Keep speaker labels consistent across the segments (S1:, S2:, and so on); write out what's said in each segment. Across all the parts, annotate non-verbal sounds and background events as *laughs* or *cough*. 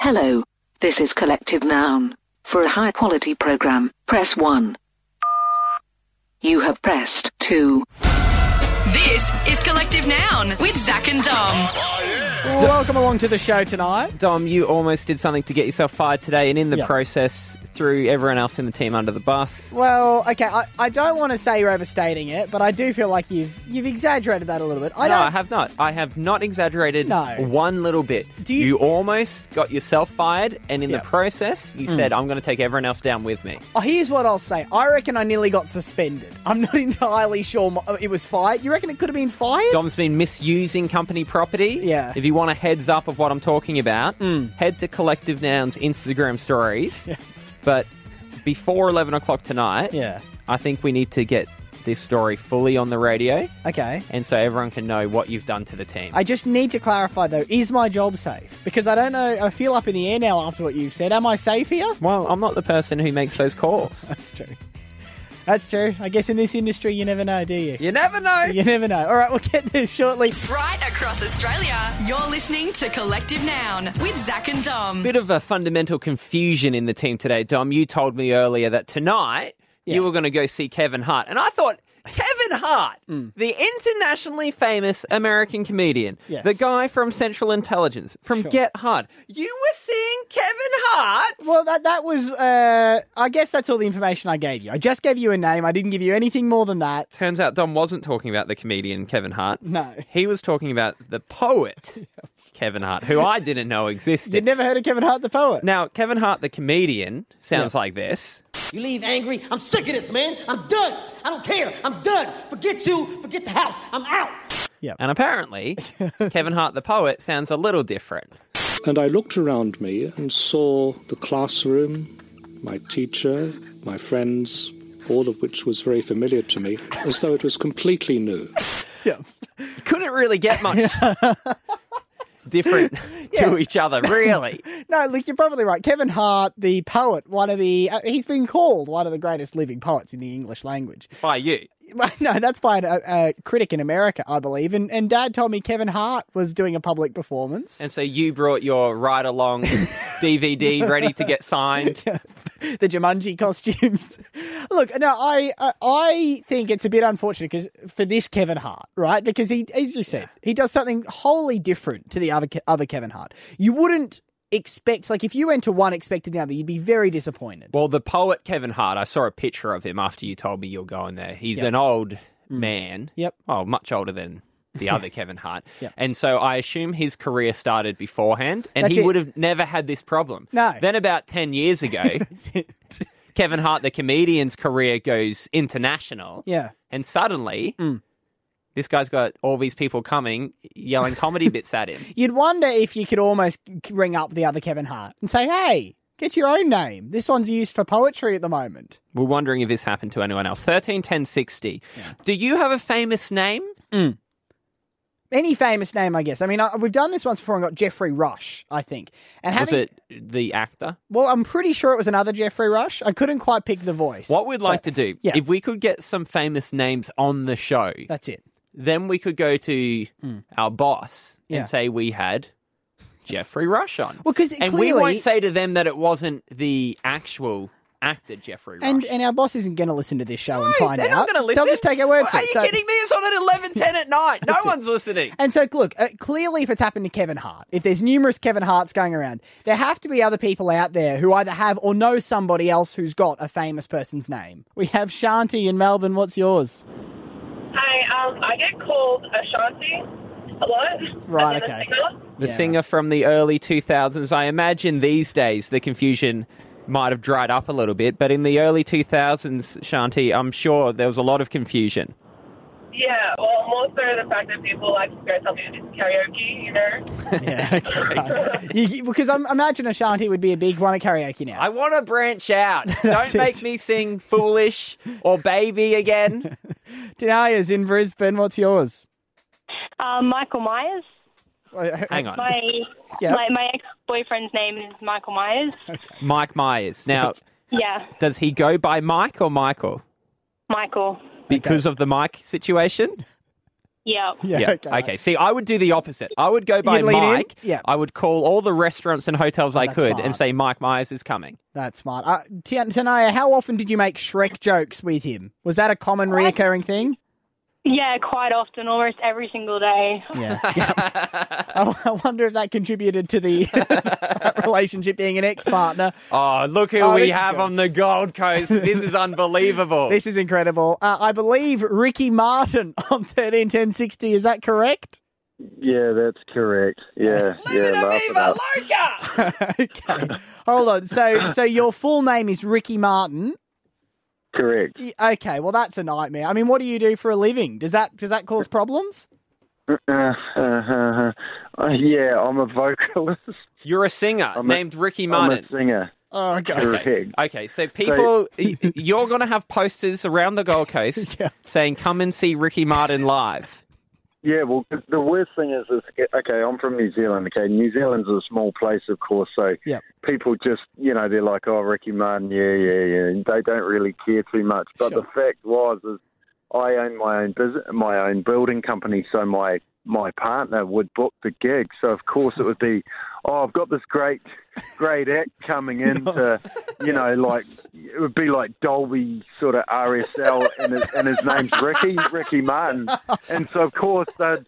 S1: Hello. This is collective noun. For a high quality program, press 1. You have pressed 2.
S2: This is Collective Noun with Zach and Dom.
S3: Welcome along to the show tonight.
S4: Dom, you almost did something to get yourself fired today, and in the
S3: Yeah.
S4: process, threw everyone else in the team under the bus.
S3: Well, okay, I, I don't want to say you're overstating it, but I do feel like you've you've exaggerated that a little bit. I
S4: no,
S3: don't.
S4: I have not. I have not exaggerated
S3: uh, No.
S4: one little bit.
S3: Do you-
S4: almost got yourself fired, and in
S3: Yeah. Mm.
S4: the process, you said, I'm going to take everyone else down with me.
S3: Oh, here's what I'll say. I reckon I nearly got suspended. I'm not *laughs* entirely sure my, it was fired. You reckon it could have been fired?
S4: Dom's been misusing company property.
S3: Yeah. Mm.
S4: If you want a heads up of what I'm talking about, head to Collective Noun's Instagram stories. But before 11 o'clock tonight,
S3: Yeah.
S4: I think we need to get this story fully on the radio.
S3: Okay.
S4: and so everyone can know what you've done to the team.
S3: I just need to clarify though. Is my job safe? Because I don't know. I feel up in the air now after what you've said. Am I safe here? *laughs*
S4: well, I'm not the person who makes those calls.
S3: That's true. That's true. I guess in this industry, you never know, do *laughs* you?
S4: you never know.
S3: You never know. All right, we'll get there shortly.
S2: Right across Australia, you're listening to Collective Noun with Zach and Dom.
S4: Bit of a fundamental confusion in the team today, Dom. You told me earlier that tonight
S3: Yeah.
S4: you were going to go see Kevin Hart, and I thought
S3: *laughs*
S4: Kevin Hart,
S3: Mm.
S4: the internationally famous American comedian,
S3: Yes.
S4: the guy from Central Intelligence, from Get Hard. You were seeing Kevin Hart.
S3: Well, that that was. Uh, I guess that's all the information I gave you. I just gave you a name. I didn't give you anything more than that.
S4: Turns out Dom wasn't talking about the comedian Kevin Hart.
S3: No.
S4: He was talking about
S3: *laughs*
S4: the poet Kevin Hart, who I didn't know existed.
S3: You'd never heard of Kevin Hart, the poet.
S4: Now, Kevin Hart, the comedian, sounds like this.
S5: You leave angry. I'm sick of this, man. I'm done. I don't care. I'm done. Forget you. Forget the house. I'm out.
S4: And apparently, Kevin Hart, the poet, sounds a little different.
S6: And I looked around me and saw the classroom, my teacher, my friends, all of which was very familiar to me, as though it was completely new.
S4: Couldn't really get much different
S3: Yeah.
S4: to each other, really.
S3: No, look, you're probably right. Kevin Hart, the poet, one of the. Uh, he's been called one of the greatest living poets in the English language. *laughs*
S4: By you.
S3: Well, No, that's by an, a, a critic in America, I believe. And, and Dad told me Kevin Hart was doing a public performance.
S4: And so you brought your ride along DVD ready to get signed.
S3: *laughs* the Jumanji costumes. Look, no, I I- I think it's a bit unfortunate because for this Kevin Hart, right? Because he, as you said, he does something wholly different to the other Ke- other Kevin Hart. You wouldn't expect, like, if you went to one expecting the other, you'd be very disappointed.
S4: Well, the poet Kevin Hart, I saw a picture of him after you told me you were going there. He's an old man.
S3: Mm. Yep.
S4: Oh, much older than
S3: *laughs*
S4: the other Kevin Hart.
S3: Yep.
S4: And so I assume his career started beforehand and
S3: That's
S4: he
S3: it.
S4: would have never had this problem.
S3: No.
S4: Then about 10
S3: *laughs*
S4: years ago, Kevin Hart, the comedian's career goes international.
S3: yeah. Mm.
S4: And suddenly, this guy's got all these people coming yelling
S3: *laughs*
S4: comedy bits at him.
S3: You'd wonder if you could almost ring up the other Kevin Hart and say, hey, get your own name. This one's used for poetry at the moment.
S4: We're wondering if this happened to anyone else. 13, 10, 60. Do you have a famous name?
S3: Any famous name, I guess. I mean, I, we've done this once before and got Jeffrey Rush, I think. And
S4: Was
S3: having,
S4: it the actor?
S3: Well, I'm pretty sure it was another Jeffrey Rush. I couldn't quite pick the voice.
S4: What we'd like to do,
S3: yeah. Uh,
S4: if we could get some famous names on the show,
S3: That's it.
S4: then we could go to our boss
S3: Hmm. Yeah.
S4: and say we had Jeffrey Rush on.
S3: Well, 'cause
S4: and we
S3: clearly-
S4: won't say to them that it wasn't the actual actor Jeffrey Rush.
S3: And and our boss isn't going to listen to this show and
S4: No,
S3: find
S4: they're
S3: out.
S4: not gonna listen.
S3: They'll just take our word for
S4: Are
S3: it.
S4: you
S3: So-
S4: kidding me? It's on
S3: *laughs*
S4: at eleven ten at night. No one's listening.
S3: And so, look, uh, clearly, if it's happened to Kevin Hart, if there's numerous Kevin Harts going around, there have to be other people out there who either have or know somebody else who's got a famous person's name. We have Shanti in Melbourne. What's
S4: *laughs*
S3: yours?
S7: Hi, um, I get called Ashanti a lot.
S3: Right,
S7: As in a
S3: okay.
S7: singer.
S4: The
S3: Yeah.
S4: singer from the early 2000s. I imagine these days the confusion might have dried up a little bit, but in the early 2000s, Shanti, I'm sure there was a lot of confusion.
S7: Yeah, well, most are the fact that people like to tell me to do karaoke, you know.
S3: Yeah. *laughs* okay. You- you- because I'm, imagine Ashanti would be a big one at karaoke now.
S4: I want to
S3: *laughs*
S4: branch out. Don't make me sing Foolish or
S3: *laughs*
S4: Baby again.
S3: Denia's in Brisbane. What's yours?
S8: Um, Michael Myers.
S4: Hang on.
S8: My
S3: *laughs* Yeah.
S8: my, my ex boyfriend's name is Michael Myers.
S3: *laughs*
S4: Mike Myers. Now,
S8: Yeah,
S4: does he go by Mike or Michael?
S8: Michael.
S4: Because of the Mike situation?
S8: Yeah.
S3: *laughs* Yeah.
S4: Yeah. Okay.
S3: Okay.
S4: See, I would do the opposite. I would go by
S3: You'd lean in?
S4: Mike.
S3: Yeah.
S4: I would call all the restaurants and hotels I
S3: that's
S4: could
S3: smart.
S4: and say Mike Myers is coming.
S3: That's smart. Uh, T- Tanaya, how often did you make Shrek jokes with him? Was that a common reoccurring thing?
S8: Yeah, quite often, almost every single day.
S3: Yeah. yeah. Oh, I, I wonder if that contributed to the *laughs* that relationship being an ex-partner.
S4: Oh, look who
S3: Oh, this
S4: we
S3: is
S4: have
S3: good.
S4: on the Gold Coast.
S3: *laughs*
S4: This is unbelievable.
S3: This is incredible. Uh, I believe Ricky Martin *laughs* on thirteen ten sixty. Is that correct?
S9: Yeah, that's correct. Yeah, yeah, laugh it up.
S3: okay. Hold on. So, so your full name is Ricky Martin. *laughs*
S9: Correct.
S3: Y- Okay. Well, that's a nightmare. I mean, what do you do for a living? Does that does that cause problems?
S9: Uh, uh, uh, uh, yeah, I'm a vocalist.
S4: You're a singer
S9: I'm a-
S4: named Ricky
S9: I'm
S4: Martin.
S9: a singer.
S3: Oh god.
S4: *laughs*
S9: Correct.
S4: Okay, so people, y- y- you're going to have posters around the Gold *laughs* Coast
S3: Yeah.
S4: saying, come and see Ricky Martin live.
S3: *laughs*
S9: Yeah, well, the worst thing is, is okay, I'm from New Zealand. Okay, New Zealand's a small place, of course, so
S3: Yep.
S9: people just, you know, they're like, oh, Ricky Martin, yeah, yeah, yeah. and They don't really care too much. But the fact was, is I own my own business, my own building company, so my my partner would book the gig. So of course it would be, oh, I've got this great, great act coming in to, you know, like it would be like Dolby sort of RSL, Oh, and his, and his name's Ricky Ricky Martin, *laughs* and so of course they'd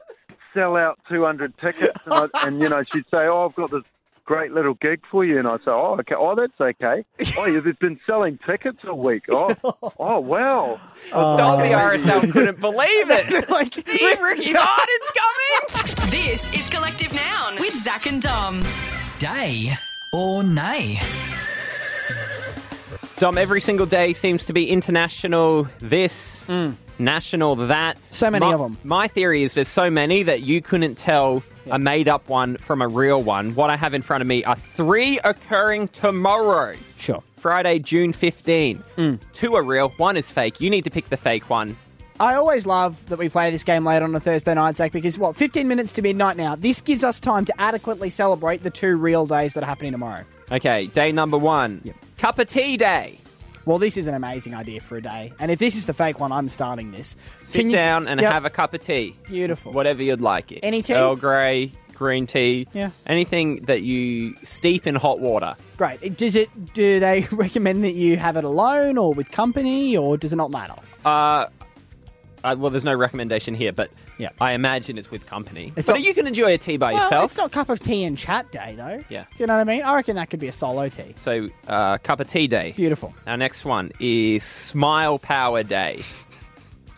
S9: sell out 200 tickets, and, I, and you know she'd say, oh, I've got this. Great little gig for you, and I say, oh, okay, oh, that's okay. Oh, you've been selling tickets all week. Oh, oh, wow.
S3: Oh,
S4: Dolby RSL couldn't believe *laughs* it.
S3: Like,
S4: See, Ricky Martin's coming.
S2: This is Collective Noun with Zach and Dom.
S10: Day or nay?
S4: *laughs* Dom, every single day seems to be international this, national that.
S3: Mm. So many
S4: my,
S3: of 'em.
S4: My theory is there's so many that you couldn't tell a made up one from a real one. What I have in front of me are three occurring tomorrow.
S3: sure.
S4: Friday, June 15.
S3: Hmm.
S4: Two are real, one is fake. You need to pick the fake one.
S3: I always love that we play this game late on a Thursday night, Zach, because what, 15 minutes to midnight now? This gives us time to adequately celebrate the two real days that are happening tomorrow.
S4: Okay, day number one cup of tea day.
S3: Well, this is an amazing idea for a day. And if this is the fake one, I'm starting this.
S4: Sit
S3: Can you-
S4: down and
S3: Yep.
S4: have a cup of tea.
S3: Beautiful.
S4: Whatever you'd like it.
S3: Any tea?
S4: Earl Grey, green tea.
S3: Yeah.
S4: Anything that you steep in hot water.
S3: Great. Does it? Do they *laughs* recommend that you have it alone or with company, or does it not matter?
S4: Uh, well, there's no recommendation here, but
S3: Yeah.
S4: I imagine it's with company.
S3: It's
S4: but
S3: not-
S4: you can enjoy a tea by
S3: Well,
S4: yourself.
S3: it's not cup of tea and chat day though.
S4: Yeah.
S3: Do you know what I mean? I reckon that could be a solo tea.
S4: So, uh, cup of tea day.
S3: Beautiful.
S4: Our next one is Smile Power Day,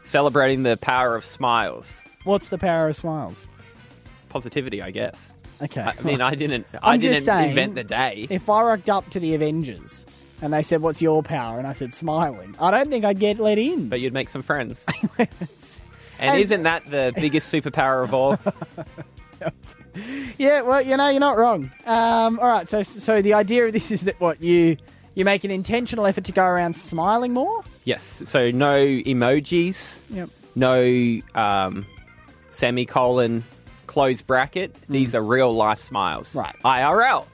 S4: celebrating the power of smiles,
S3: What's the power of smiles?
S4: positivity, I guess.
S3: Okay.
S4: I mean, I didn't, I
S3: I'm just
S4: didn't
S3: saying,
S4: invent the day.
S3: if I rocked up to the Avengers and they said, "What's your power?" and I said, "Smiling," I don't think I'd get let in.
S4: but you'd make
S3: *laughs*
S4: some friends. and,
S3: And-
S4: isn't that the biggest superpower
S3: *laughs*
S4: of all?
S3: Yeah, well, you know, you're not wrong. Um, all right, so so the idea of this is that what you you make an intentional effort to go around smiling more.
S4: yes. So no emojis,
S3: Yep.
S4: no um, semicolon, close bracket. These are real life smiles.
S3: Mm. Right.
S4: IRL.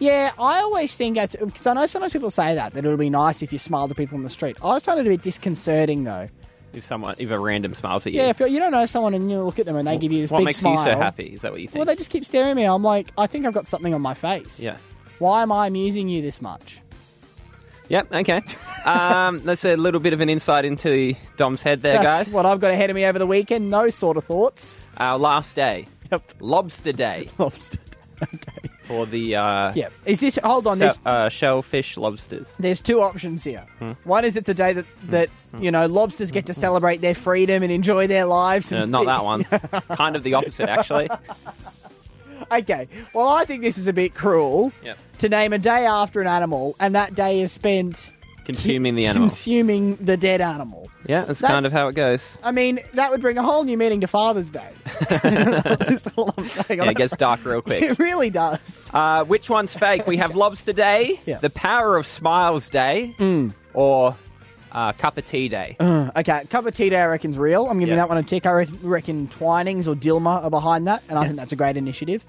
S3: Yeah, I always think that's because I know sometimes people say that that it'll be nice if you smile to people on the street. I always find it a bit disconcerting though.
S4: If someone, if a random smiles at you,
S3: Yeah, if you you don't know someone and you look at them and they give you this
S4: what
S3: big
S4: makes
S3: smile,
S4: you so happy? Is that what you think?
S3: Well, they just keep staring at me. I'm like, I think I've got something on my face.
S4: Yeah.
S3: Why am I amusing you this much? *laughs*
S4: Yep. Okay. Um, that's a little bit of an insight into Dom's head there,
S3: That's
S4: guys.
S3: what I've got ahead of me over the weekend. Those sort of
S4: *laughs*
S3: thoughts.
S4: Our last day,
S3: Yep.
S4: Lobster Day,
S3: okay.
S4: for the uh,
S3: Yeah. Is this? Hold on.
S4: se-
S3: This
S4: uh, Hmm. shellfish lobsters.
S3: there's two options here. One is it's a day that
S4: Hmm.
S3: that you know lobsters get to celebrate their freedom and enjoy their lives.
S4: No,
S3: And
S4: Hmm. Uh, not that one. kind of the opposite, actually.
S3: *laughs* okay. Well, I think this is a bit cruel.
S4: Yep.
S3: To name a day after an animal, and that day is spent
S4: Consuming
S3: *laughs*
S4: the animal.
S3: consuming the dead animal.
S4: Yeah, that's, kind
S3: That's-
S4: of how it goes.
S3: I mean, that would bring a whole new meaning to Father's
S4: *laughs*
S3: Day. *laughs* That's all I'm saying.
S4: Yeah, it gets dark real
S3: *laughs*
S4: quick.
S3: It really does.
S4: Uh, which one's fake? We have Lobster Day,
S3: Yeah. Mm.
S4: the Power of Smiles Day, or uh, Cup of Tea Day.
S3: Okay, cup of tea day I reckon's real. I'm giving
S4: Yeah.
S3: that one a tick. I re- reckon Twinings or Dilma are behind that, and I think that's a great initiative.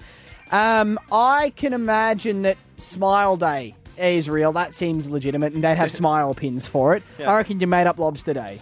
S3: Um, I can imagine that Smile Day is real. That seems legitimate, and they'd have smile pins for it. I reckon you made up Lobster Day.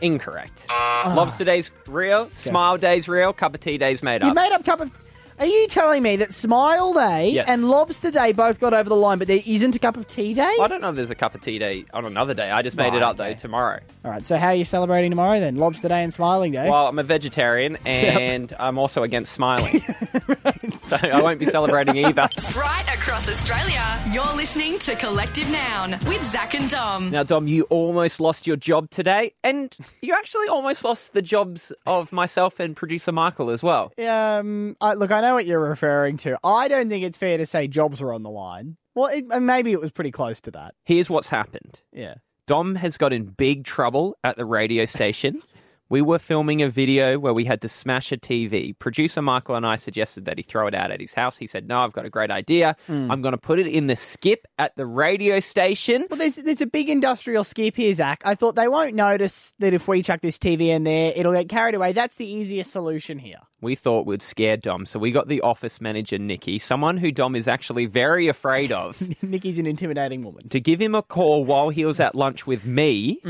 S4: Incorrect.
S3: Ah.
S4: Lobster day's real. Smile day's real. Cup of tea day's made
S3: You
S4: up.
S3: made up cup of. Are you telling me that Smile Day
S4: Yes.
S3: and Lobster Day both got over the line, but there isn't a cup of tea day?
S4: I don't know if there's a cup of tea day on another day. I just made
S3: Right,
S4: it up though tomorrow.
S3: All right. So how are you celebrating tomorrow then? Lobster Day and Smiling Day.
S4: Well, I'm a vegetarian and I'm also against smiling. *laughs* so I won't be celebrating either.
S2: Right across Australia, you're listening to Collective Noun with Zach and Dom.
S4: Now, Dom, you almost lost your job today, and you actually almost lost the jobs of myself and producer Michael as well.
S3: Um, I, look, I know what you're referring to. I don't think it's fair to say jobs were on the line. Well, it, and maybe it was pretty close to that.
S4: Here's what's happened
S3: Yeah.
S4: Dom has got in big trouble at the radio station. We were filming a video where we had to smash a TV. Producer Michael and I suggested that he throw it out at his house. He said, No, I've got a great idea. I'm going to put it in the skip at the radio station.
S3: Well, there's there's a big industrial skip here, Zach. I thought they won't notice that if we chuck this TV in there, it'll get carried away. That's the easiest solution here. *laughs*
S4: we thought would scare Dom. So we got the office manager, Nikki, someone who Dom is actually very afraid of,
S3: Nikki's an intimidating woman.
S4: to give him a call while he was at lunch with me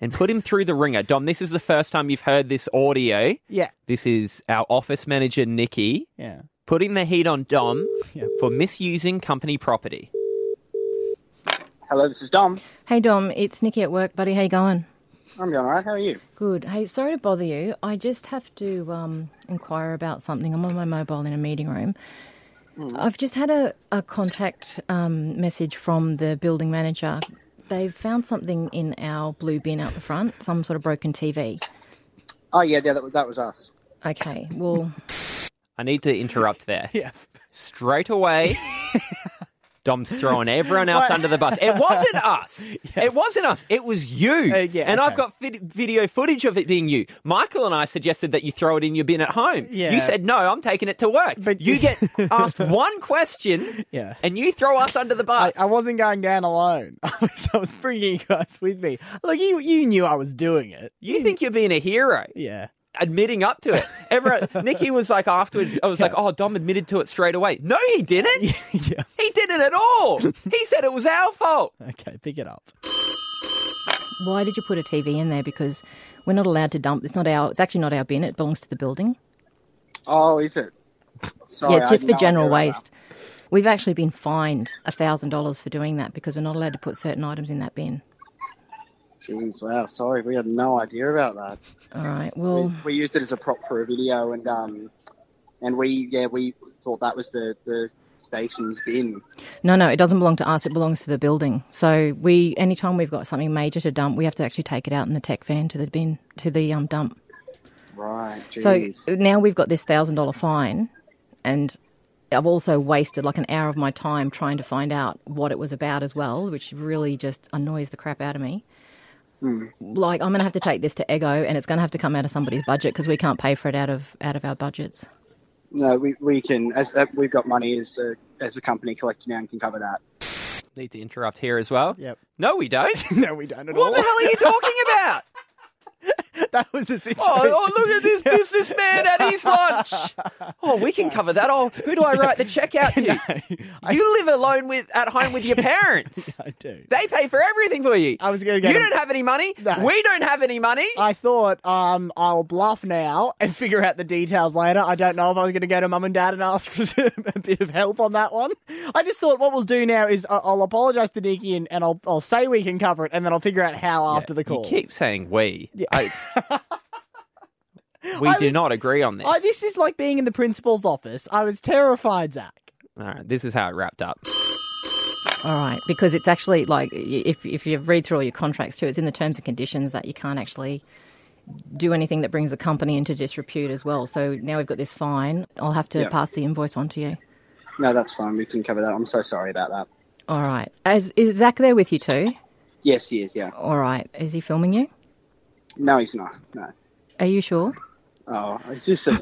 S4: and put him through the ringer. Dom, this is the first time you've heard this audio.
S3: Yeah.
S4: This is our office manager, Nikki,
S3: Yeah.
S4: putting the heat on Dom
S3: Yeah.
S4: for misusing company property.
S11: Hello, this is Dom.
S12: Hey Dom, it's Nikki at work, buddy. How you going?
S11: I'm doing all right. How are you?
S12: Good. Hey, sorry to bother you. I just have to um, inquire about something. I'm on my mobile in a meeting room. I've just had a, a contact um, message from the building manager. They've found something in our blue bin out the front, some sort of broken TV.
S11: Oh yeah, yeah, that, that was us.
S12: Okay, well,
S4: I need to interrupt there.
S3: *laughs* yeah. *laughs*
S4: Straight away. Dom's throwing everyone else
S3: What?
S4: under the bus. It
S3: *laughs*
S4: wasn't us. It wasn't us. It was you.
S3: Uh, yeah,
S4: and I've
S3: okay.
S4: got vid- video footage of it being you. Michael and I suggested that you throw it in your bin at home.
S3: Yeah.
S4: You said, no, I'm taking it to work. But
S3: *laughs*
S4: you get asked one question
S3: Yeah.
S4: and you throw us under the
S3: I,
S4: bus.
S3: I wasn't going down alone. *laughs* I was, I was bringing you guys with me. Look, you you knew I was doing it.
S4: you think you're being a hero.
S3: Yeah. *laughs*
S4: Admitting up to it. Everyone, Nikki was like afterwards, I was like, oh, Dom admitted to it straight away. No, he didn't.
S3: *laughs* yeah.
S4: He didn't at all. He said it was our fault.
S3: Okay, pick it up.
S12: why did you put a TV in there? Because we're not allowed to dump. It's not our. It's actually not our bin. It belongs to the building.
S11: Oh, is it? Sorry,
S12: yeah, it's
S11: I had
S12: just for
S11: no
S12: general
S11: idea about
S12: waste. We've actually been fined thousand dollars for doing that because we're not allowed to put certain items in that bin.
S11: that. Jeez, wow. Sorry, we had no idea about that.
S12: All right. Well,
S11: We used it as a prop for a video, and um, and we yeah we thought that was the the station's bin.
S12: no, no, it doesn't belong to us. It belongs to the building. So we, anytime we've got something major to dump, we have to actually take it out in the tech van to the bin to the um dump.
S11: Right. Jeez.
S12: So now we've got this thousand dollar fine, and I've also wasted like an hour of my time trying to find out what it was about as well, which really just annoys the crap out of me.
S11: Hmm.
S12: Like I'm gonna have to take this to Ego, and it's gonna have to come out of somebody's budget because we can't pay for it out of out of our budgets.
S11: no, we, we can as uh, we've got money as a, as a company collecting now and can cover that.
S4: Need to interrupt here as well.
S3: Yep.
S4: No,
S3: *laughs*
S4: we don't. *laughs*
S3: No, we don't at all.
S4: What the hell are you talking
S3: *laughs*
S4: about?
S3: that was the situation.
S4: Oh, oh, look at this businessman at his lunch. Oh, we can cover that. Oh, who do I write the
S3: *laughs*
S4: check out to? You live alone with at home with your parents.
S3: *laughs* I do.
S4: They pay for everything for you.
S3: I was going to get Uh,
S4: You
S3: him-
S4: don't have any money.
S3: No.
S4: We don't have any money.
S3: I thought um, I'll bluff now and figure out the details later. I don't know if I was going to go to mum and dad and ask for *laughs* some, a bit of help on that one. I just thought what we'll do now is I- I'll apologise to Nikki and, and I'll, I'll say we can cover it and then I'll figure out how after the call.
S4: You keep saying we.
S3: *laughs*
S4: I- we
S3: I
S4: do
S3: was-
S4: not agree on this.
S3: I, this is like being in the principal's office. I was terrified, Zach.
S4: All right, this is how it wrapped up.
S12: All right, because it's actually like y- if if you read through all your contracts too, it's in the terms and conditions that you can't actually do anything that brings the company into disrepute as well. So now we've got this fine. I'll have to
S11: Yeah.
S12: pass the invoice on to you.
S11: No, that's fine. We can cover that. I'm so sorry about that.
S12: All right. Is, is Zach there with you too?
S11: Yes, he is. Yeah.
S12: All right. Is he filming you?
S11: No, he's not. No.
S12: Are you sure?
S11: Oh, is this a?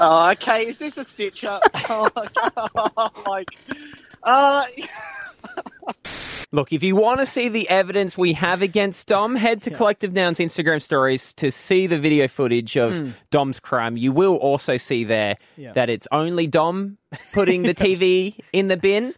S11: oh, okay. Is this a stitch up? Oh, like, uh,
S4: Look, if you want to see the evidence we have against Dom, head to Collective Noun's Instagram stories to see the video footage of Dom's crime. You will also see there
S3: Yeah.
S4: that it's only Dom putting the TV in the bin.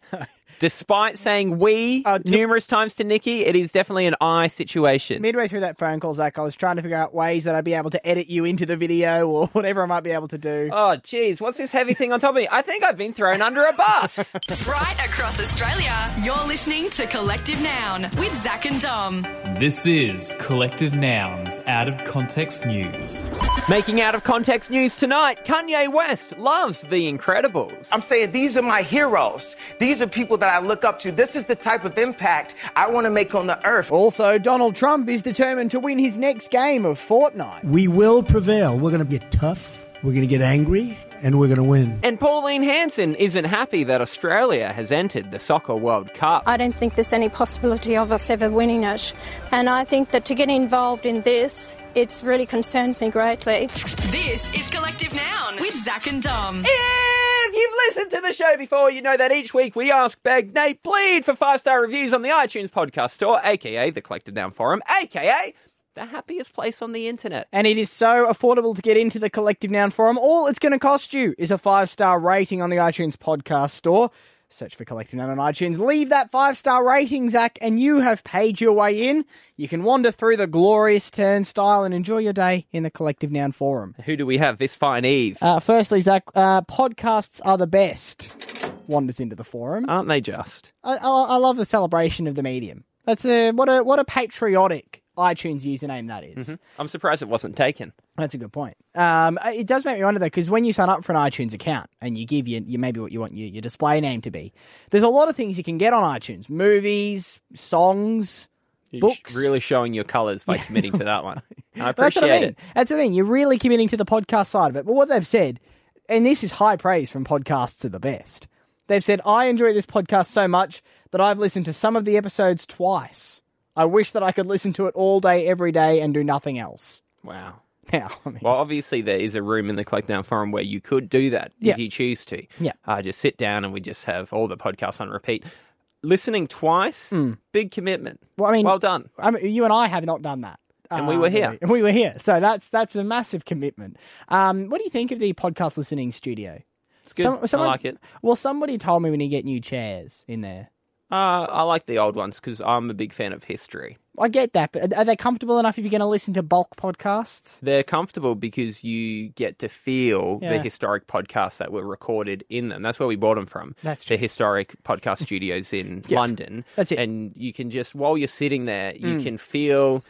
S4: Despite saying we numerous times to Nikki, it is definitely an I situation.
S3: Midway through that phone call, Zach, I was trying to figure out ways that I'd be able to edit you into the video or *laughs* whatever I might be able to do.
S4: Oh, jeez, what's this heavy thing on top of me? I think I've been thrown under a bus.
S2: Right across Australia, you're listening to Collective Noun with Zach and Dom.
S13: This is Collective Nouns Out of Context News.
S4: Making out of context news tonight, Kanye West loves The Incredibles.
S14: I'm saying these are my heroes. These are people that I look up to. This is the type of impact I want to make on the earth.
S3: Also, Donald Trump is determined to win his next game of Fortnite.
S15: We will prevail. We're going to get tough. We're going to get angry, and we're going to win.
S4: And Pauline Hanson isn't happy that Australia has entered the Soccer World Cup.
S16: I don't think there's any possibility of us ever winning it. And I think that to get involved in this, it's really concerns me greatly.
S2: This is Collective Noun with Zach and Dom.
S4: If you've listened to the show before, you know that each week we ask, beg, nay, plead for five star reviews on the iTunes podcast store, aka the Collective Noun Forum, aka the happiest place on the internet.
S3: And it is so affordable to get into the Collective Noun Forum. All it's going to cost you is a five star rating on the iTunes podcast store. Search for Collective Noun on iTunes. Leave that five star rating, Zach, and you have paid your way in. You can wander through the glorious turnstile and enjoy your day in the Collective Noun Forum.
S4: Who do we have this fine eve?
S3: Uh, firstly, Zach, uh, podcasts are the best. Wanders into the forum.
S4: Aren't they just?
S3: I, I, I love the celebration of the medium. That's a what a what a patriotic iTunes username that is.
S4: Mhm. I'm surprised it wasn't taken.
S3: That's a good point. Um, it does make me wonder though, because when you sign up for an iTunes account and you give your, your maybe what you want your, your display name to be, there's a lot of things you can get on iTunes: movies, songs,
S4: You're sh-
S3: books.
S4: really showing your colours by committing to that
S3: *laughs*
S4: one. I
S3: But that's what I
S4: appreciate
S3: mean.
S4: it.
S3: That's what I mean. You're really committing to the podcast side of it. But what they've said, and this is high praise from podcasts are the best. They've said, I enjoy this podcast so much that I've listened to some of the episodes twice. I wish that I could listen to it all day, every day, and do nothing else. *laughs*
S4: Wow.
S3: Now,
S4: Well, obviously there is a room in the Collect Down Forum where you could do that
S3: Yeah.
S4: if you choose to.
S3: Yeah.
S4: Uh, just sit down and we just have all the podcasts on repeat. Listening twice, big commitment.
S3: Hmm. Well, I mean,
S4: well done.
S3: I mean, you and I have not done that.
S4: And we were here.
S3: And *laughs* we were here. So that's that's a massive commitment. Um, what do you think of the podcast listening studio? It's
S4: good. I like it.
S3: Well, somebody told me we need to get new chairs in there.
S4: Uh, I like the old ones because I'm a big fan of history.
S3: I get that, but are- are they comfortable enough if you're going to listen to bulk podcasts?
S4: They're comfortable because you get to feel the
S3: Yeah.
S4: historic podcasts that were recorded in them. That's where we bought them from.
S3: That's
S4: The historic podcast *laughs* studios in
S3: *laughs* Yeah.
S4: London.
S3: That's it.
S4: And you can just, while you're sitting there, you
S3: Mm.
S4: can feel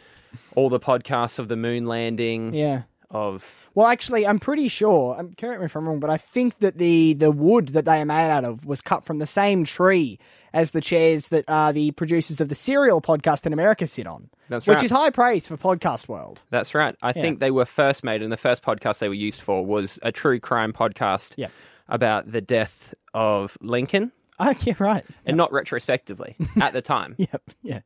S4: all the podcasts of the moon landing.
S3: Yeah.
S4: Of
S3: Well, actually, I'm pretty sure. Um, correct me if I'm wrong, but I think that the the wood that they are made out of was cut from the same tree as the chairs that uh, the producers of the Serial podcast in America sit on.
S4: That's
S3: which
S4: right.
S3: is high praise for podcast world.
S4: That's right. I
S3: Yeah.
S4: think they were first made, and the first podcast they were used for was a true crime podcast
S3: Yeah.
S4: about the death of Lincoln,
S3: Oh, yeah, right.
S4: and not retrospectively at the time.
S3: *laughs* Yep. Yeah.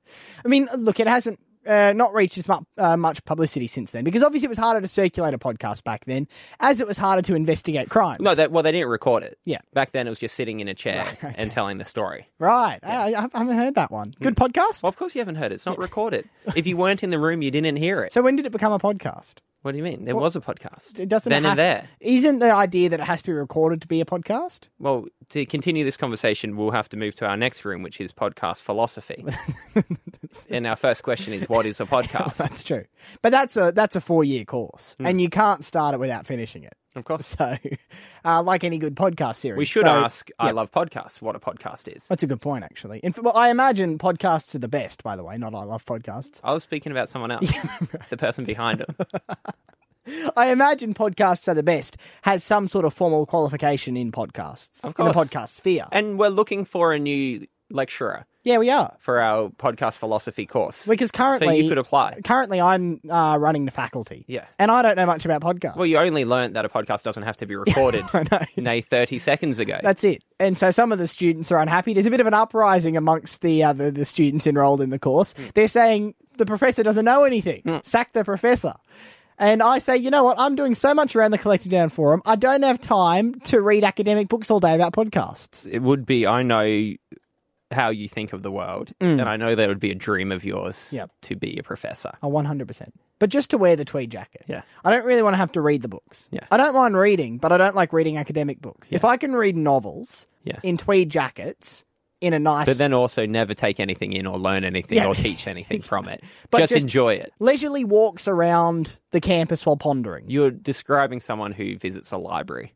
S3: I mean, look, it hasn't uh, not reached as much, uh, much publicity since then because obviously it was harder to circulate a podcast back then, as it was harder to investigate crimes.
S4: No, that well, they didn't record it.
S3: Yeah.
S4: back then it was just sitting in a chair and telling the story.
S3: right. I, I haven't heard that one. Good podcast.
S4: Well, of course you haven't heard it. It's not recorded. if you weren't in the room, you didn't hear it.
S3: So when did it become a podcast?
S4: what do you mean? There
S3: Well,
S4: was a podcast.
S3: It doesn't
S4: then
S3: have,
S4: and there.
S3: Isn't the idea that it has to be recorded to be a podcast? *laughs*
S4: Well, to continue this conversation, we'll have to move to our next room, which is
S3: *laughs*
S4: podcast philosophy. and our first question is, what is a podcast?
S3: That's true. But that's a that's a four year course, and you can't start it without finishing it.
S4: Hmm. Of course.
S3: *laughs* So, uh, like any good podcast series,
S4: We should
S3: So-
S4: ask. I
S3: yeah.
S4: love podcasts. What a podcast is.
S3: That's a good point, actually. In, well, I imagine podcasts are the best, by the way. Not I love podcasts.
S4: I was speaking about
S3: *laughs*
S4: someone else, the person behind it.
S3: I imagine podcasts are the best has some sort of formal qualification in podcasts.
S4: Of
S3: In the
S4: course.
S3: podcast sphere.
S4: And we're looking for a new lecturer
S3: Yeah, we are.
S4: for our podcast philosophy course.
S3: Because currently,
S4: so you
S3: *laughs*
S4: could apply.
S3: Currently, I'm uh, running the faculty.
S4: Yeah.
S3: And I don't know much about podcasts. *laughs*
S4: Well, you only learnt that a podcast doesn't have to be recorded, nay, thirty seconds ago.
S3: That's it. And so some of the students are unhappy. There's a bit of an uprising amongst the uh, the, the students enrolled in the course.
S4: Hmm.
S3: They're saying the professor doesn't know anything. Sack the professor. And I say, you know what? I'm doing so much around the Collective Down Forum. I don't have time to read academic books all day about podcasts.
S4: it would be. I know how you think of the world,
S3: Mm.
S4: and I know that would be a dream of yours
S3: Yep.
S4: to be a professor.
S3: Oh, 100%. But just to wear the tweed jacket.
S4: Yeah.
S3: I don't really want to have to read the books. Yeah. I don't mind reading, but I don't like reading academic books. If I can read novels
S4: Yeah.
S3: in tweed jackets, in a nice
S4: But then also never take anything in or learn anything
S3: Yeah.
S4: or teach anything from it.
S3: *laughs* But
S4: just,
S3: just-
S4: enjoy it.
S3: leisurely walks around the campus while pondering.
S4: You're describing someone who visits
S3: *laughs*
S4: a library.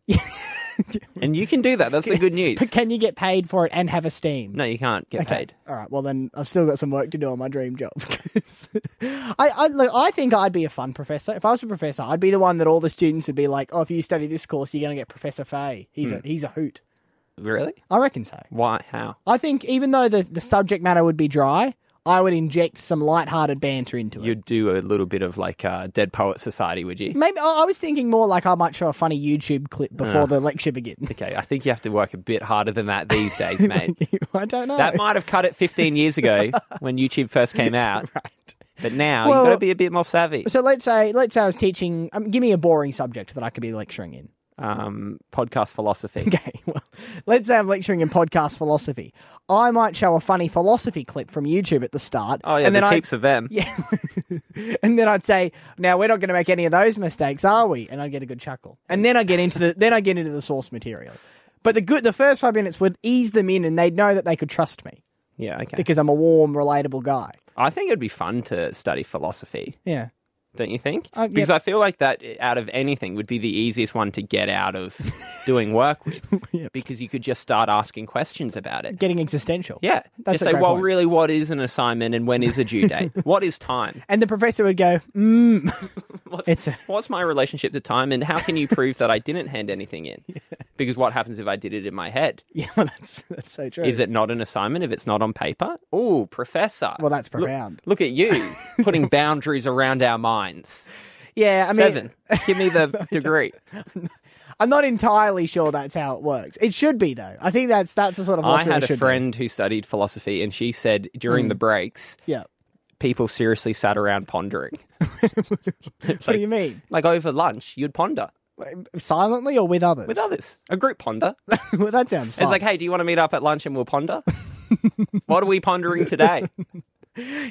S4: and you can do that. That's the good news.
S3: But *laughs* can you get paid for it and have esteem?
S4: No, you can't get
S3: Okay.
S4: paid.
S3: All right. Well, then I've still got some work to do on my dream job. *laughs* 'Cause I, I look. I think I'd be a fun professor. If I was a professor, I'd be the one that all the students would be like, "Oh, if you study this course, you're going to get Professor Fay. He's a
S4: Hmm.
S3: he's a hoot."
S4: Really?
S3: I reckon so.
S4: Why? How?
S3: I think even though the the subject matter would be dry, I would inject some light-hearted banter into it.
S4: You'd do a little bit of like uh, Dead Poet Society, would
S3: *laughs*
S4: you?
S3: Maybe I I was thinking more like I might show a funny YouTube clip before
S4: Ah.
S3: the lecture begins. *laughs*
S4: Okay, I think you have to work a bit harder than that these days, mate.
S3: I don't know. *laughs*
S4: That might have cut it 15 years ago when YouTube first came out.
S3: right.
S4: But now
S3: Well-
S4: you've got to be a bit more savvy.
S3: So let's say let's say I was teaching. Um, give me a boring subject that I could be lecturing in. *laughs*
S4: Um, podcast philosophy.
S3: Okay, well, let's say I'm lecturing in podcast philosophy. I might show a funny philosophy clip from YouTube at the start.
S4: Oh, yeah,
S3: and then
S4: there's
S3: I,
S4: heaps of them.
S3: Yeah. *laughs* and then I'd say, "Now we're not going to make any of those mistakes, are we?" And I'd get a good chuckle. And then I get into the *laughs* then I get into the source material. But the good the first five minutes would ease them in, and they'd know that they could trust me
S4: Yeah, okay.
S3: because I'm a warm, relatable guy.
S4: I think it'd be fun to study philosophy.
S3: Yeah.
S4: Don't you think?
S3: Uh, yeah.
S4: Because I feel like that uh, out of anything would be the easiest one to get out
S3: *laughs*
S4: of doing work with because you could just start asking questions about it.
S3: Getting existential.
S4: Yeah.
S3: That's
S4: just
S3: a
S4: say,
S3: great
S4: well,
S3: point.
S4: really, what is an assignment and when is a
S3: *laughs*
S4: due date? what is time?
S3: And the professor would go,
S4: *laughs*
S3: mm. it's a, *laughs*
S4: What's my relationship to time and how can you prove that I didn't hand
S3: *laughs*
S4: anything in? Because what happens if I did it in my head?
S3: yeah, well, that's, that's so true.
S4: Is it not an assignment if it's not on paper? Oh, professor.
S3: Well, that's
S4: Look-
S3: profound.
S4: Look,
S3: *laughs*
S4: at you putting boundaries around our minds.
S3: Yeah, I mean,
S4: Seven. Give
S3: *laughs*
S4: me the degree.
S3: I'm not entirely sure that's how it works. It should be though. I think that's that's the sort of
S4: I
S3: philosophy
S4: had
S3: it should
S4: a
S3: be.
S4: friend who studied philosophy, and she said during
S3: Mm.
S4: the breaks,
S3: Yeah.
S4: people seriously sat around pondering.
S3: *laughs* What do you mean?
S4: Like over lunch, you'd ponder
S3: Silently or with others?
S4: with others, a group ponder.
S3: *laughs* well, that sounds fun.
S4: It's like, hey, do you want to meet up at lunch and we'll
S3: *laughs*
S4: ponder? what are we pondering today?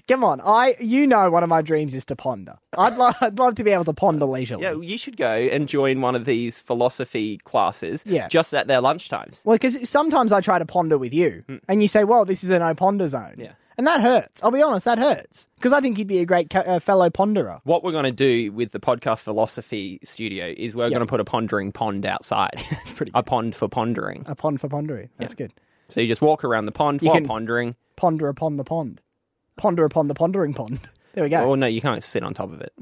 S3: Come on, I you know one of my dreams is to ponder. I'd lo- I'd love to be able to ponder leisurely.
S4: Yeah, you should go and join one of these philosophy classes
S3: Yeah.
S4: just at their lunchtimes.
S3: Well, because sometimes I try to ponder with you,
S4: Hmm.
S3: and you say, "Well, this is a no ponder zone." Yeah. And that hurts. I'll be honest, that hurts because I think you'd be a great co- uh, fellow ponderer.
S4: What we're going to do with the podcast philosophy studio is we're
S3: Yeah.
S4: going to put a pondering pond outside.
S3: *laughs*
S4: That's
S3: pretty
S4: A pond for pondering.
S3: A pond for pondering. That's good.
S4: So you just walk around the pond
S3: You
S4: while
S3: can-
S4: pondering.
S3: Ponder upon the pond. Ponder upon the pondering pond. *laughs* There we
S4: Oh
S3: go.
S4: no, you can't sit on top of it.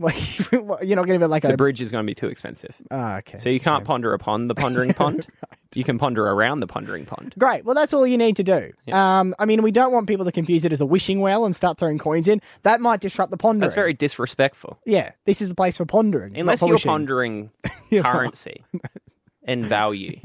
S3: You're not going to be like
S4: the
S3: a
S4: bridge is going to be too expensive.
S3: Ah, okay.
S4: So you can't ponder upon the *laughs* pondering pond. You can ponder around the pondering pond.
S3: Great. Well, that's all you need to do. Um, I mean, we don't want people to confuse it as a wishing well and start throwing coins in. That might disrupt the pondering.
S4: That's very disrespectful.
S3: Yeah, this is the place for pondering. not
S4: Unless
S3: for
S4: you're
S3: wishing.
S4: *laughs* pondering currency and *laughs* value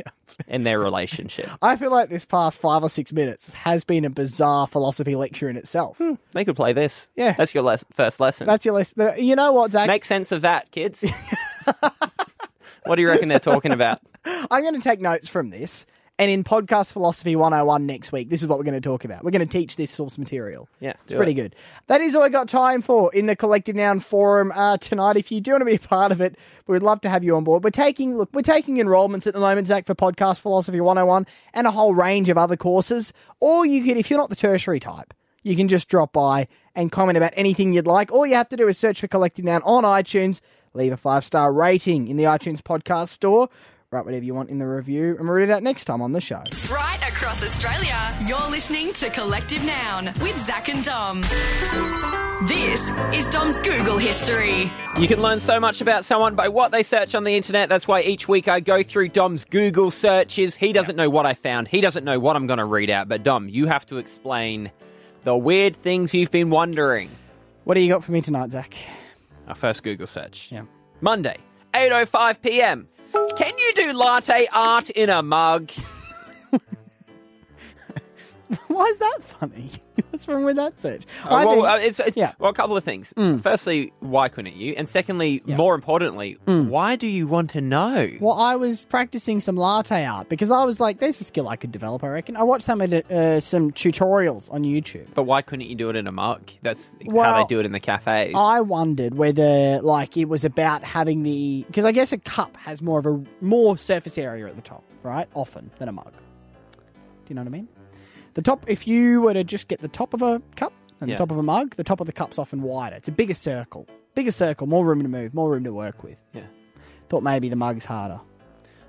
S4: and their *laughs* relationship.
S3: I feel like this past five or six minutes has been a bizarre philosophy lecture in itself.
S4: They could play this.
S3: Yeah.
S4: That's your les- first lesson.
S3: That's your list. the- You know what, Zach?
S4: Make sense of that, kids. *laughs* what do you reckon they're talking *laughs* about?
S3: I'm going to take notes from this. And in Podcast Philosophy 101 next week, this is what we're going to talk about. We're going to teach this source material.
S4: Yeah,
S3: It's
S4: do
S3: pretty
S4: it.
S3: good. That is all I got time for in the Collective Noun Forum uh, tonight. If you do want to be a part of it, we'd love to have you on board. We're taking look, we're taking enrollments at the moment, Zach, for Podcast Philosophy 101 and a whole range of other courses. Or you could, if you're not the tertiary type, you can just drop by and comment about anything you'd like. All you have to do is search for Collective Noun on iTunes, leave a five star rating in the iTunes podcast store, write whatever you want in the review, and we'll read it out next time on the show.
S2: Right across Australia, you're listening to Collective Noun with Zach and Dom. This is Dom's Google history.
S4: You can learn so much about someone by what they search on the internet. That's why each week I go through Dom's Google searches. He doesn't know what I found, he doesn't know what I'm going to read out. But, Dom, you have to explain the weird things you've been wondering.
S3: What do you got for me tonight, Zach?
S4: Our first Google search.
S3: Yeah.
S4: Monday, 8.05 p.m. Can you do latte art in a mug?
S3: Why is that funny? *laughs* What's wrong with that search?
S4: Uh,
S3: I Mm.
S4: well,
S3: think-
S4: uh, it's, it's, well, a couple of things. Firstly, why couldn't you? And secondly, more importantly,
S3: Mm.
S4: why do you want to know?
S3: Well, I was practicing some latte art because I was like, "There's a skill I could develop." I reckon. I watched some of the, uh, some tutorials on YouTube.
S4: But why couldn't you do it in a mug? That's how
S3: Well,
S4: they do it in the cafes.
S3: I wondered whether, like, it was about having the because I guess a cup has more of a more surface area at the top, right? Often than a mug. Do you know what I mean? The top, if you were to just get the top of a cup and
S4: Yeah.
S3: the top of a mug, the top of the cup's often wider. It's a bigger circle. Bigger circle, more room to move, more room to work with.
S4: Yeah.
S3: Thought maybe the mug's harder.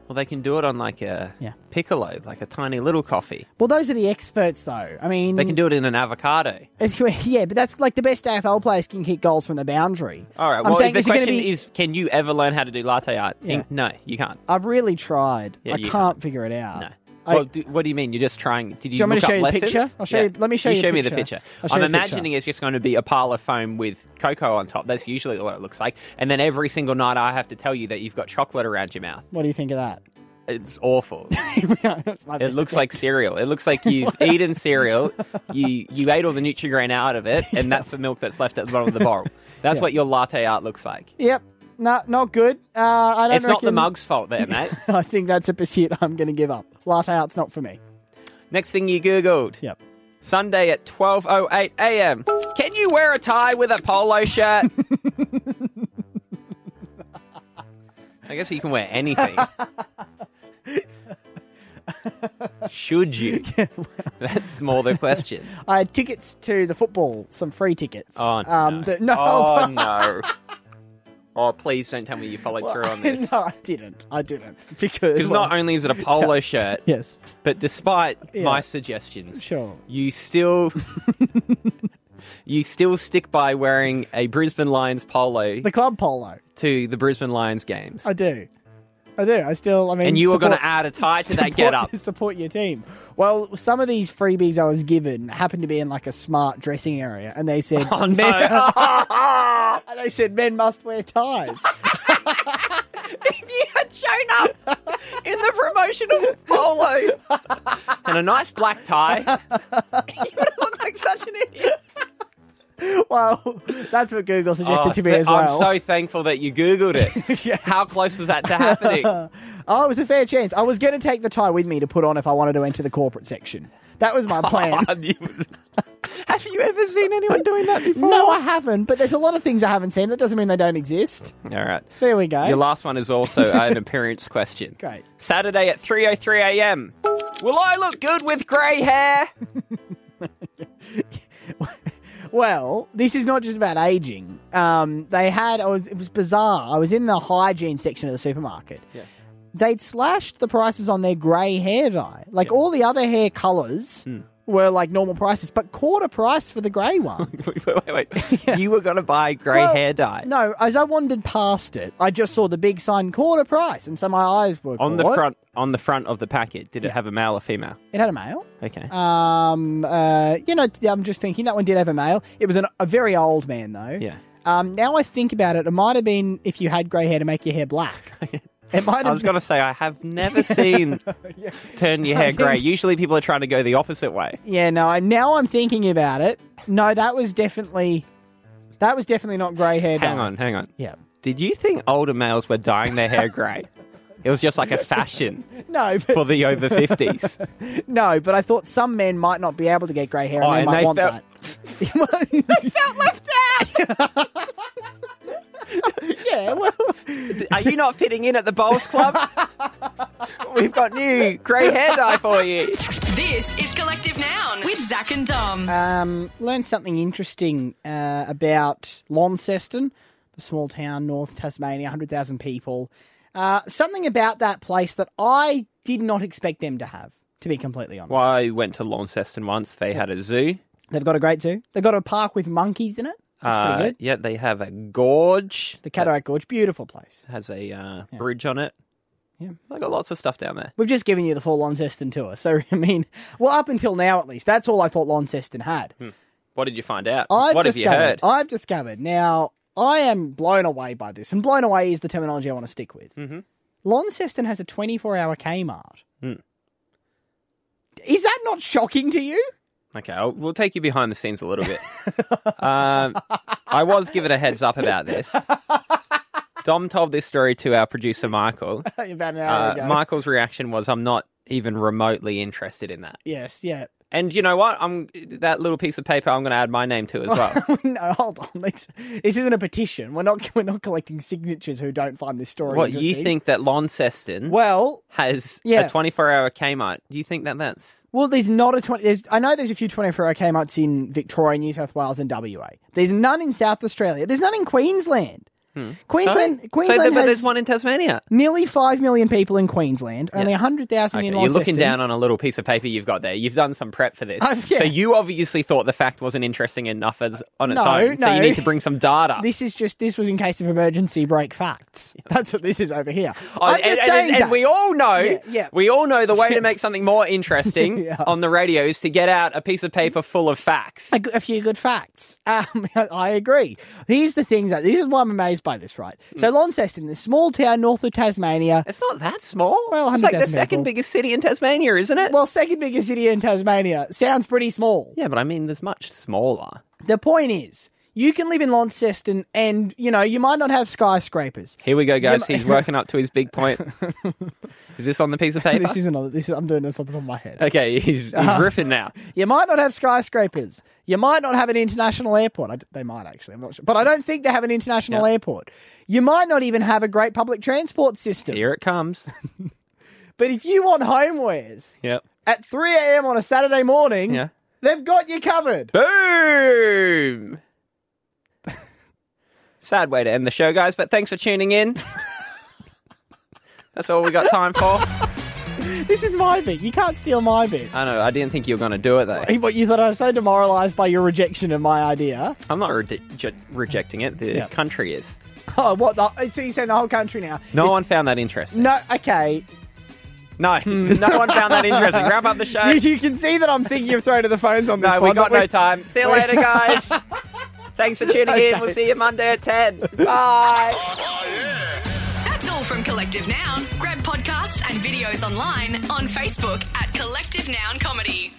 S4: Well, they can do it on like a
S3: Yeah.
S4: piccolo, like a tiny little coffee.
S3: Well, those are the experts, though. I mean,
S4: They can do it in an avocado.
S3: It's, *laughs* yeah, but that's like the best AFL players can kick goals from the boundary.
S4: All right.
S3: I'm
S4: Well,
S3: saying,
S4: if
S3: is
S4: the
S3: it gonna
S4: question
S3: be-
S4: is, can you ever learn how to do latte art?
S3: Yeah.
S4: No, you can't.
S3: I've really tried.
S4: Yeah,
S3: I
S4: you
S3: can't,
S4: can't.
S3: figure it out. No. I,
S4: well, do, what do you mean? You're just trying. Did you,
S3: you want me
S4: look
S3: to show you
S4: up
S3: the
S4: lessons?
S3: picture? I'll show you- let me show you
S4: show
S3: the
S4: me the
S3: picture.
S4: picture.
S3: I'll show
S4: I'm
S3: you the picture.
S4: imagining it's just going to be a pile of foam with cocoa on top. That's usually what it looks like. And then every single night, I have to tell you that you've got chocolate around your mouth.
S3: what do you think of that? *laughs*
S4: It's awful.
S3: That's my
S4: It
S3: best
S4: looks like cereal. It looks
S3: *laughs*
S4: like you've eaten cereal. You you ate all the Nutrigrain out of it, and that's the milk that's left at the bottom of the bottle. That's
S3: Yeah.
S4: what your latte art looks like.
S3: Yep. No, not good. Uh, I don't
S4: It's not the
S3: reckon-
S4: mug's fault, there, mate.
S3: *laughs* I think that's a pursuit *laughs* I'm going to give up. Latte art's not for me.
S4: Next thing you googled.
S3: Yep.
S4: Sunday at 12:08 a.m. Can you wear a tie with a
S3: *laughs*
S4: polo shirt? I guess you can wear anything.
S3: *laughs*
S4: Should you? That's more the
S3: *laughs*
S4: question.
S3: I had tickets to the football, some free tickets.
S4: Oh no!
S3: Um, that- no,
S4: oh
S3: hold on.
S4: no! Oh, please don't tell me you followed through on
S3: *laughs* *laughs*
S4: this.
S3: no, I didn't. I didn't *laughs* because
S4: Because not only is it a polo shirt,
S3: yes,
S4: but despite
S3: Yeah.
S4: my suggestions,
S3: Sure. *laughs*
S4: you still you still stick by wearing a Brisbane Lions polo
S3: the club polo.
S4: to the Brisbane Lions games. *laughs*
S3: I do. I do. I still. I mean,
S4: And you were gonna
S3: support-
S4: add a tie to that
S3: support- *laughs*
S4: getup.
S3: Support your team. Well, some of these freebies I was given happened to be in like a smart dressing area, and they said,
S4: *laughs* Oh, no.
S3: and they said men must wear ties. *laughs*
S4: you had shown up in the promotional
S3: *laughs*
S4: polo and a nice black tie. *laughs* you would have looked like such an idiot.
S3: well, that's what Google suggested
S4: Oh,
S3: to me
S4: th-
S3: as well.
S4: I'm so thankful that you
S3: *laughs*
S4: Googled it. How close was that to happening?
S3: oh, it was a fair chance. I was going to take the tie with me to put on if I wanted to enter the corporate section. That was
S4: *laughs*
S3: my plan.
S4: Have you ever seen anyone doing that
S3: *laughs*
S4: before?
S3: no, I haven't. But there's a lot of things I haven't seen. That doesn't mean they don't exist.
S4: All right.
S3: There we go.
S4: Your last one is also *laughs* an appearance question.
S3: Great.
S4: Saturday at 3:03 a.m. Will I look good with grey *laughs* hair?
S3: Well, this is not just about aging. Um, they had. I was. It was bizarre. I was in the hygiene section of the supermarket.
S4: Yeah.
S3: They'd slashed the prices on their grey hair dye. Like all the other hair colours
S4: Hmm.
S3: were like normal prices, but quarter price for the grey one.
S4: *laughs* wait, wait, wait. You were going to buy grey
S3: Well,
S4: hair dye
S3: No, as I wandered past it, I just saw the big sign quarter price, and so my eyes were
S4: on the
S3: caught.
S4: front on the front of the packet. Did it have a male or female?
S3: It had a male.
S4: Okay.
S3: Um, uh, you know, I'm just thinking that one did have a male. It was an, a very old man though.
S4: Yeah.
S3: Um, now I think about it, it might have been if you had grey hair to make your hair black. It might have.
S4: *laughs* I was going to say I have *laughs* never seen turn your hair
S3: think-
S4: grey. Usually people are trying to go the opposite way.
S3: Yeah, no. I, now I'm thinking about it. No, that was definitely, that was definitely not grey hair.
S4: Hang
S3: dye.
S4: on, hang on.
S3: Yeah.
S4: Did you think older males were dyeing their *laughs* hair grey? it was just like a *laughs* fashion
S3: No, but,
S4: for the over
S3: *laughs*
S4: 50s.
S3: no, but I thought some men might not be able to get grey hair, and
S4: Oh,
S3: they
S4: and
S3: might
S4: they
S3: want
S4: felt-
S3: that. *laughs* Yeah, well,
S4: Are you not fitting in at the bowls club? *laughs* We've got new grey hair dye for you.
S2: This is Collective Noun with Zach and Dom.
S3: Um, learned something interesting uh, about Launceston, the small town, North Tasmania, 100,000 people. Uh, something about that place that I did not expect them to have, to be completely honest.
S4: Well, I went to Launceston once. They had a zoo.
S3: They've got a great zoo. They've got a park with monkeys in it. That's
S4: Uh,
S3: pretty good.
S4: Yeah, they have a gorge.
S3: The Cataract Gorge, beautiful place.
S4: has a uh, bridge on it. Yeah, they got lots of stuff down there.
S3: We've just given you the full Launceston tour. So, *laughs* I mean, well, up until now at least, that's all I thought Launceston had.
S4: What did you find out?
S3: I've
S4: what have you
S3: discovered,
S4: heard?
S3: I've discovered. Now, I am blown away by this, and blown away is the terminology I want to stick with.
S4: Mhm.
S3: Launceston has a 24 hour Kmart.
S4: Mm.
S3: Is that not shocking to you?
S4: Okay, I'll, we'll take you behind the scenes a
S3: *laughs*
S4: little bit. um, I was given a heads up
S3: *laughs*
S4: about this. Dom told this story to our
S3: *laughs*
S4: producer Michael.
S3: About an hour
S4: Uh,
S3: ago.
S4: Michael's reaction was, "I'm not even remotely interested in that."
S3: yes, yeah. *laughs*
S4: And you know what? I'm that little piece of paper. I'm going to add my name to
S3: *laughs*
S4: as well.
S3: no, hold on. Let's, this isn't a petition. We're not *laughs* we're not collecting signatures who don't find this story.
S4: what you
S3: interesting.
S4: think that Launceston
S3: well
S4: has
S3: yeah.
S4: a 24 hour Kmart? Do you think that that's
S3: Well, there's not a twenty. There's I know there's a few twenty-four hour Kmart's in Victoria, New South Wales, and WA. There's none in South Australia. There's none in Queensland.
S4: hmm.
S3: Queensland-
S4: So- so
S3: Queensland
S4: there- but
S3: has-
S4: there's one in Tasmania.
S3: Nearly five million people in Queensland. Only hundred thousand
S4: Okay,
S3: in
S4: you're
S3: Launceston.
S4: looking down on a little piece of paper you've got there. You've done some prep for this.
S3: I've- yeah.
S4: So you obviously thought the fact wasn't interesting enough as on its
S3: No,
S4: own. So
S3: no.
S4: you need to bring some data.
S3: This is just this was in case of emergency break facts. That's what this is over here.
S4: Oh,
S3: I'm
S4: and,
S3: just
S4: and-
S3: saying
S4: and
S3: Zach.
S4: we all know,
S3: Yeah, yeah.
S4: we all know the way
S3: *laughs*
S4: to make something more interesting on the radio is to get out a piece of paper full of facts.
S3: A, g- a few good facts. Um, *laughs* I agree. Here's the things that this is why I'm amazed by this, right?
S4: Hmm.
S3: So Launceston, the small town north of Tasmania.
S4: It's not that small.
S3: Well,
S4: It's like the
S3: 100,000
S4: second
S3: people.
S4: biggest city in Tasmania, isn't it?
S3: Well, second biggest city in Tasmania sounds pretty small.
S4: Yeah, but I mean, there's much smaller.
S3: The point is, you can live in Launceston, and you know you might not have skyscrapers.
S4: Here we go, guys.
S3: Yeah,
S4: He's working up to his
S3: *laughs*
S4: big point. Is this on the piece of paper?
S3: This isn't. on- This is, I'm doing this off the top of my head.
S4: Okay, he's, he's
S3: Uh-huh.
S4: riffing now.
S3: You might not have skyscrapers. You might not have an international airport. I d they might actually. I'm not sure, but I don't think they have an international airport. You might not even have a great public transport system.
S4: Here
S3: *laughs*
S4: it comes.
S3: But if you want homewares
S4: Yep.
S3: at 3 a.m. on a Saturday morning,
S4: Yeah.
S3: they've got you covered.
S4: Boom! Sad way to end the show, guys, but thanks for tuning in. That's all we got time for.
S3: This is my bit. You can't steal my bit.
S4: I know, I didn't think you were going to do it, though.
S3: What you thought I was so demoralised by your rejection of my idea.
S4: I'm not rede- ju- rejecting it. The
S3: Yeah.
S4: country is.
S3: Oh, what the? So you're saying the whole country now?
S4: No one found that interesting.
S3: No, okay.
S4: No, Hmm. no one found that interesting. Wrap up the show. *laughs*
S3: You, you can see that I'm thinking of throwing to the phones on
S4: No,
S3: this
S4: we
S3: one,
S4: got
S3: but
S4: no time. See you
S3: we-
S4: later, *laughs* guys. Thanks for tuning in. We'll
S3: Okay.
S4: see you Monday at 10. Bye.
S2: That's all from Collective Noun. Grab podcasts and videos online on Facebook at Collective Noun Comedy.